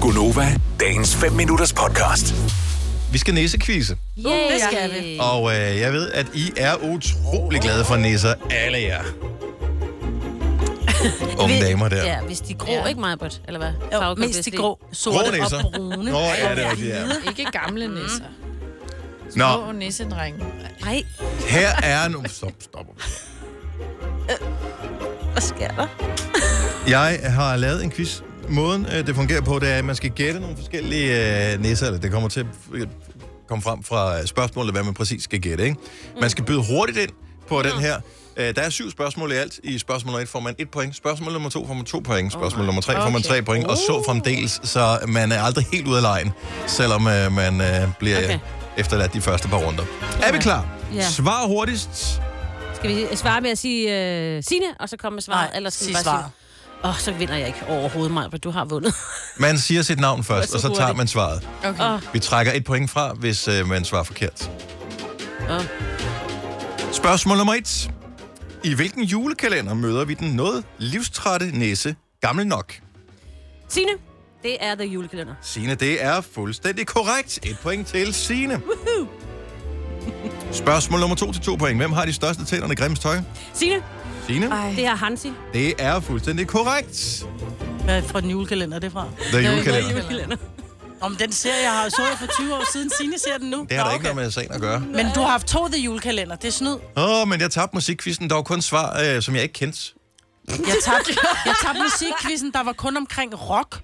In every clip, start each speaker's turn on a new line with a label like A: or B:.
A: Gunova, dagens 5 minutters podcast.
B: Vi skal nissekvise,
C: Yay.
D: det skal vi.
B: og øh, jeg ved, at I er utrolig glade for nisser, alle jer. Unge damer der.
D: Ja, hvis de er grå, ja.
C: Ja.
D: ikke mig, Britt? Eller hvad?
C: Jo,
D: Farvekomplet,
C: mest de
D: det-
C: grå, sorte
B: Grå nisser.
C: og brune.
B: Nå, ja, det er rigtigt, ja.
E: Ikke gamle nisser.
D: Mm.
E: Små
B: Nå,
E: nissedrenge.
D: Nej,
B: her er nu... Stop, stop.
C: Hvad sker der?
B: Jeg har lavet en quiz. Måden, øh, det fungerer på, det er, at man skal gætte nogle forskellige øh, nisser, eller det kommer til at øh, komme frem fra øh, spørgsmålet, hvad man præcis skal gætte, ikke?
D: Mm.
B: Man skal byde hurtigt ind på den her. Øh, der er syv spørgsmål i alt. I spørgsmål nummer et får man et point. Spørgsmål nummer to får man to point. Spørgsmål nummer tre får man tre point. Og
D: Oh.
B: så fremdeles, så man er aldrig helt ude af lejen, selvom øh, man øh, bliver
D: Okay.
B: okay. efterladt de første par runder. Er vi klar?
D: Ja.
B: Svar hurtigst.
D: skal vi svare med at sige uh, Sine, og så komme med svaret?
C: Nej,
D: eller skal vi
C: sig
D: bare
C: svaret.
D: sige... Åh, oh, så vinder jeg ikke overhovedet mig, for du har vundet.
B: Man siger sit navn først,
D: så
B: og så tager
D: hurtigt.
B: man svaret.
E: Okay.
D: Åh.
E: Oh.
B: Vi trækker et point fra, hvis øh, man svarer forkert.
D: Åh.
B: Spørgsmål nummer et. I hvilken julekalender møder vi den noget livstrætte næse gammel nok?
D: Sine, det er The Julekalender.
B: Signe, det er fuldstændig korrekt. Et point til Signe. Spørgsmål nummer to til to point. Hvem har de største tænder i Grimms tøj?
D: Sine,
B: Signe,
D: det er Hansi.
B: det er fuldstændig korrekt.
C: Hvad er fra den julekalender, det er fra?
B: The
E: The
B: julekalender.
E: Julekalender.
D: Julekalender.
C: Om den serie, jeg har så jeg for 20 år siden. Signe ser den nu.
B: Det har
C: Nå,
B: da ikke noget med sagen at gøre.
C: Men du har haft to The Julekalender, det er snyd.
B: Åh, oh, men jeg tabte musikquizzen. Der var kun svar, øh, som jeg ikke kendte.
C: Jeg tabte, jeg tabte musikkvisten, der var kun omkring rock.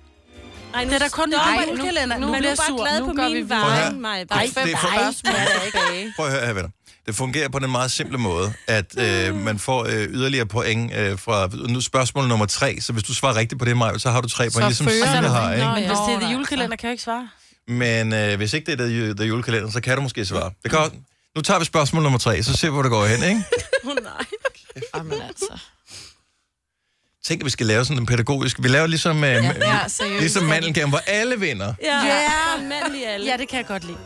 D: Ej, nu
C: Det er da kun
D: stop.
C: en
D: Ej, nu-
C: julekalender.
D: Nu,
C: Nu
D: nu,
C: bliver
D: bliver
C: jeg
D: bare
C: sur.
D: glad
E: Nu
D: på
E: gør vi
D: min
E: videre.
B: Prøv at
D: vej,
B: høre.
D: mig.
B: Det- det er for- Prøv at høre her, venner. Det fungerer på den meget simple måde, at øh, man får øh, yderligere point øh, fra nu spørgsmål nummer tre. Så hvis du svarer rigtigt på det, Maja, så har du tre point, ligesom
E: fører
B: Signe
E: du.
B: har.
E: Nå,
B: Ikke?
C: Men
E: Nå,
C: hvis det er
E: nej,
C: The Julekalender, kan jeg ikke svare.
B: Men øh, hvis ikke det er the, the julekalender, så kan du måske svare. Det kan også. Nu tager vi spørgsmål nummer tre, så ser vi, hvor det går hen, ikke?
E: Jamen altså.
B: Tænk, at vi skal lave sådan en pædagogisk... Vi laver ligesom, øh, ja,
E: Ja, seriøst.
B: ligesom mandelgaven, hvor alle vinder.
D: Ja,
C: Ja.
D: mandlig alle.
C: Ja, det kan jeg godt lide.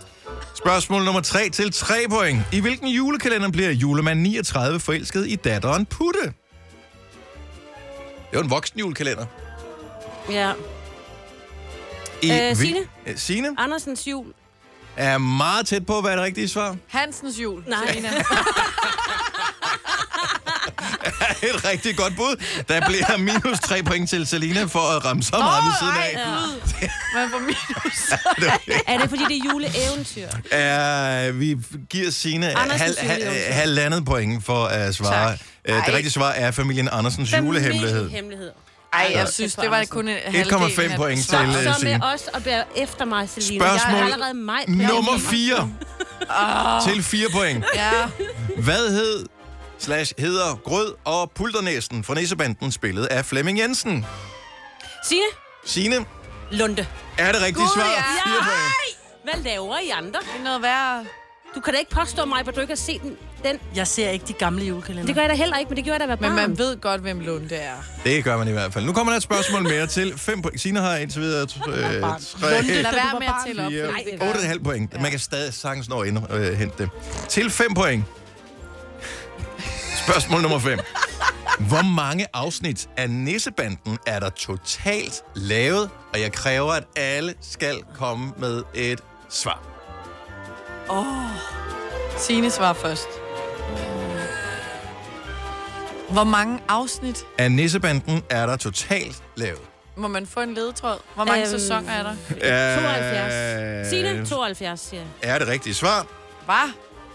B: Spørgsmål nummer tre til tre point. I hvilken julekalender bliver julemand 39 forelsket i datteren Putte? Det er jo en voksen julekalender.
D: ja.
B: I
D: Øh,
B: hvil-
D: Signe?
B: Øh, Signe
D: Andersens jul.
B: er meget tæt på, hvad er det rigtige svar?
E: Hansens jul.
D: Nej.
B: Et rigtig godt bud. Der bliver minus tre point til Selina for at ramme så meget ved siden af.
E: Man får minus.
D: Er det, fordi det er juleeventyr?
B: Uh, vi giver Signe øh,
D: Andersens
B: hal, hal,
D: juleeventyr.
B: halvandet point for at svare.
E: Tak.
B: Uh, det rigtige svar er familien Andersens julehemmelighed.
D: Hemmelighed.
E: Ej, jeg synes, Altså, det var kun en halvdel.
B: 1,5
E: af-
B: point til
D: Nå,
B: øh,
D: så
B: Signe.
D: med os og bære efter mig, Selina. Jeg
B: Spørgsmål
D: er allerede mig.
B: Nummer 4. Til 4 point.
E: Ja.
B: Hvad hed slash hedder Grød og Pulternæsten fra Nissebanden spillet af Flemming Jensen?
D: Signe
B: Signe,
D: Lunde.
B: er det rigtige
E: Gud,
B: svar?
E: ja.
B: 4 point.
D: Hvad laver I andre?
E: Det er noget værre.
D: Du kan da ikke påstå mig, at du ikke har set den. den.
C: Jeg ser ikke de gamle julekalender.
D: Det gør jeg da heller ikke, men det gjorde jeg da være
E: Men
D: barn.
E: man ved godt, hvem Lunde er.
B: Det gør man i hvert fald. Nu kommer der et spørgsmål mere til 5 point. Signe har indtil videre øh, 3,
C: barn.
E: Lunde, lad
C: da du var
E: være med at
C: barn.
E: tælle op. fordi det gør-
B: 8,5 point. Man kan stadig sagtens nå at ind- øh, hente det. Til 5 point. Spørgsmål nummer 5. Hvor mange afsnit af Nissebanden er der totalt lavet? Og jeg kræver, at alle skal komme med et svar.
E: Signe svarer først. Hvor mange afsnit
B: Af Nissebanden er der totalt lavet.
E: må man få en ledetråd? Hvor mange
D: Øhm.
E: sæsoner er der?
D: 72.
B: Øh.
D: Signe, 72, siger jeg.
B: Er det rigtige svar?
E: Hvad?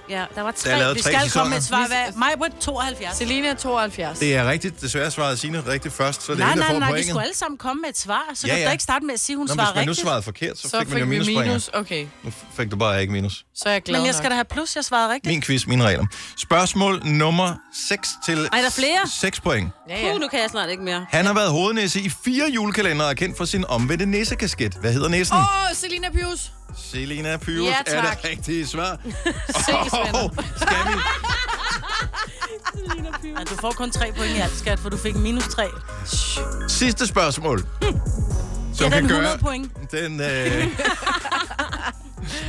D: Ja, der var tre.
B: Der er lavet
C: Vi
B: tre
C: skal komme med
B: sæsoner.
C: et svar. Hvad? Majbrit 72.
E: Selina er 72.
B: Det er rigtigt. Desværre svarede Signe rigtigt først, så det er
C: Nej,
B: hende, der
C: nej,
B: får
C: nej, vi
B: pointet.
C: skulle alle sammen komme med et svar. Så
B: Ja,
C: ja, kan du
B: ja.
C: da ikke starte med at sige, at hun
B: Nå, men
C: svarer
B: hvis man nu
C: rigtigt.
B: svarede forkert, så,
E: Så
B: fik man jo
E: vi
B: minuspoint.
E: minus. Okay,
B: Nu fik du bare ikke minus.
E: så er jeg glad
C: Men jeg skal da have plus, jeg svarede rigtigt.
B: Min quiz, mine regler. Spørgsmål nummer 6 til
D: Ej, der er flere.
B: 6 point.
E: Ja,
D: Puh,
E: ja.
D: nu kan jeg snart ikke mere.
B: Han har været hovednæse i fire julekalendere og er kendt for sin omvendte næsekasket. Hvad hedder næsen? Oh.
E: Åh, oh, Selina Pius.
B: Selina Pyrus
E: Ja,
B: er
E: tak.
B: det rigtige svar.
E: Ses, venner.
B: skal vi?
C: Ja, du får kun tre point i alt, skat, for du fik minus tre.
B: Sidste spørgsmål. Som
C: den
B: kan
C: 100
B: gøre...
C: point.
B: Den øh,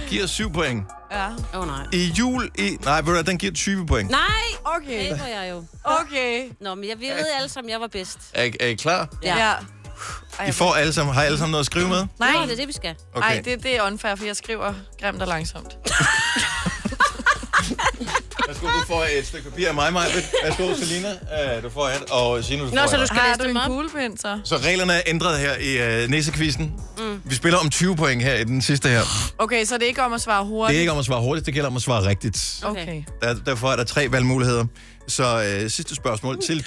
B: giver 7 point.
E: Ja.
D: Åh, oh, nej.
B: I jul... I, nej, ved du hvad, den giver 20 point.
D: Nej!
E: Okay.
D: Det var jeg jo.
E: Okay.
D: Nå, men jeg ved alle sammen, jeg var bedst.
B: Er, I- er I klar?
D: Ja.
E: Ja. Ej,
B: I får alle sammen, har I alle sammen noget at skrive med?
D: Nej. Nå, det er det, vi skal.
E: okay. ej det, det er unfair, for jeg skriver grimt og langsomt.
B: Værsgo, du får et stykke papir af mig, Maja. Værsgo, Selina. Øh, du får et, og Signe, du får et.
E: Har
D: læse
E: du
D: dem
E: en
D: op?
E: kuglepind, så?
B: Så reglerne er ændret her i øh, næsekvisten. Mm. Vi spiller om 20 point her i den sidste her.
E: Okay, så det er ikke om at svare hurtigt?
B: Det er ikke om at svare hurtigt, det gælder om at svare rigtigt.
E: Okay.
B: Der, derfor er der tre valgmuligheder. Så øh, sidste spørgsmål til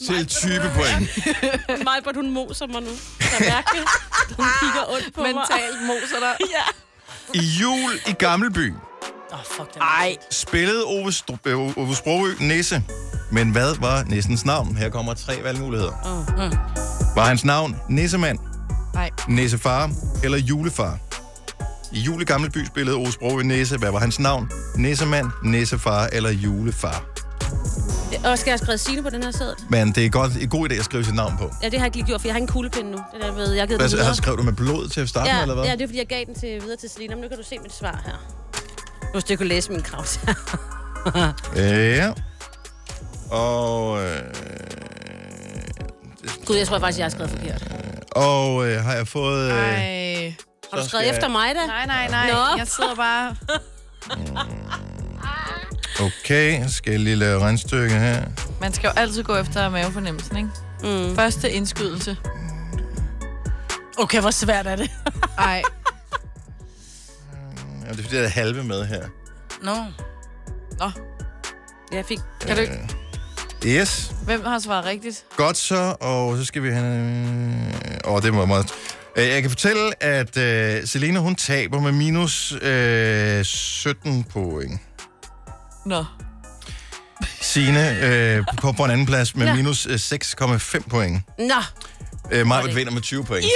B: 20, til 20 point.
D: Majbert, hun moser mig nu. Jeg mærker det. Hun kigger ondt på
E: Mentalt moser dig.
D: Ja.
B: I jul i Gammelby
D: Åh, oh, fuck den.
E: Ej,
B: spillede Ove, Stru- øh, Ove Sprogø Nisse. Men hvad var Nissens navn? Her kommer tre valgmuligheder.
D: Mm,
B: Var hans navn Nissemand,
E: nej.
B: Nissefar eller Julefar? I jul i Gammelby spillede Ove Sprogø Nisse. Hvad var hans navn? Nissemand, Nissefar eller Julefar?
D: Og skal jeg skrive Signe på den her sæd?
B: Men det er godt, en god idé at skrive sit navn på.
D: Ja, det har jeg ikke lige gjort, for jeg har en kuglepind nu. Det der ved, jeg har givet den
B: Hvad,
D: videre.
B: har skrevet du med blod til at starte med, eller hvad?
D: ja, ja, det er fordi, jeg gav den til, videre til Selina, men nu kan du se mit svar her. Hvis du kunne læse min krav.
B: Ja. Og, øh,
D: Gud, jeg tror faktisk, jeg har skrevet forkert.
B: og øh, har jeg fået... Øh,
E: Ej.
D: Har du skrevet efter mig, da?
E: Nej, nej, nej.
D: Nå.
E: Jeg sidder bare...
B: Okay, skal jeg lige lave regnstykke her.
E: Man skal jo altid gå efter mavefornemmelsen, ikke? Mm. Første indskydelse.
C: Okay, hvor svært er det?
E: Ej,
B: Ja, det er fordi, jeg er halve med her.
C: Nå.
E: nå.
D: Jeg fik...
E: Kan du ikke...
B: Yes,
E: Hvem har svaret rigtigt?
B: godt så. Og så skal vi have... Åh, oh, det var meget... Øh, Jeg kan fortælle, at øh, Selena, hun taber med minus øh, 17 point.
E: Nå.
B: Signe øh, på, på en anden plads med minus øh, 6,5 point.
D: Nå!
B: Øh, Maja vinder med 20 point.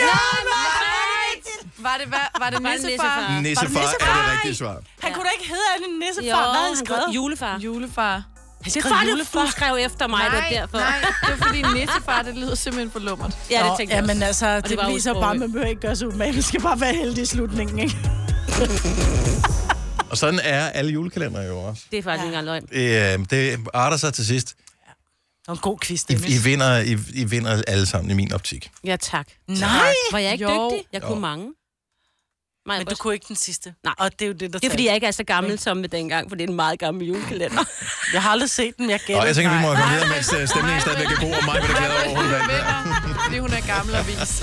E: Var det, var, var det
D: Var det nissefar?
E: nissefar?
B: Nissefar
D: Ja.
C: Var
B: er
C: det
B: det
C: nissefar?
B: rigtige svar.
C: Han kunne da ikke hedde Anne Nisse
D: Jo,
C: for, hvad han
D: han
C: skrev.
D: skrev julefar.
B: Mm.
E: Julefar.
C: Han
D: Det
C: skrev
D: er fordi,
C: julefar.
D: du skrev efter mig, det er derfor.
E: nej, det er fordi nissefar, det lyder simpelthen for lummert.
D: Ja, det
C: Nå,
D: tænkte jeg
C: Jamen
D: også.
C: altså, det,
D: det var
C: det viser
D: Ove
C: bare, at
D: Sprogøe.
C: man behøver ikke gøre sig umage. Vi skal bare være heldige i slutningen, ikke?
B: Og sådan er alle julekalendere jo også.
D: Det er faktisk ikke engang løgn.
B: Øh, det arter sig til sidst.
C: Det var en god quiz,
B: I,
C: Dennis.
B: I, vinder, I, I vinder alle sammen i min optik.
D: Ja, tak.
C: Nej!
D: Var jeg ikke
E: Jo.
D: dygtig? Jeg kunne
B: Jo.
D: mange. Nej,
C: Men du kunne ikke den sidste.
D: Nej.
C: Og det er jo det, der
D: Det er fordi, jeg ikke er så gammel som med dengang, for det er en meget gammel julekalender.
C: Jeg har aldrig set den, jeg
B: Og
C: gætter.
B: jeg tænker, vi må
C: Nej.
B: komme videre, mens øh, stemningen stadigvæk er god, og mig vil glæde over, at hun vandt.
E: Vinder, fordi hun er gammel og vis.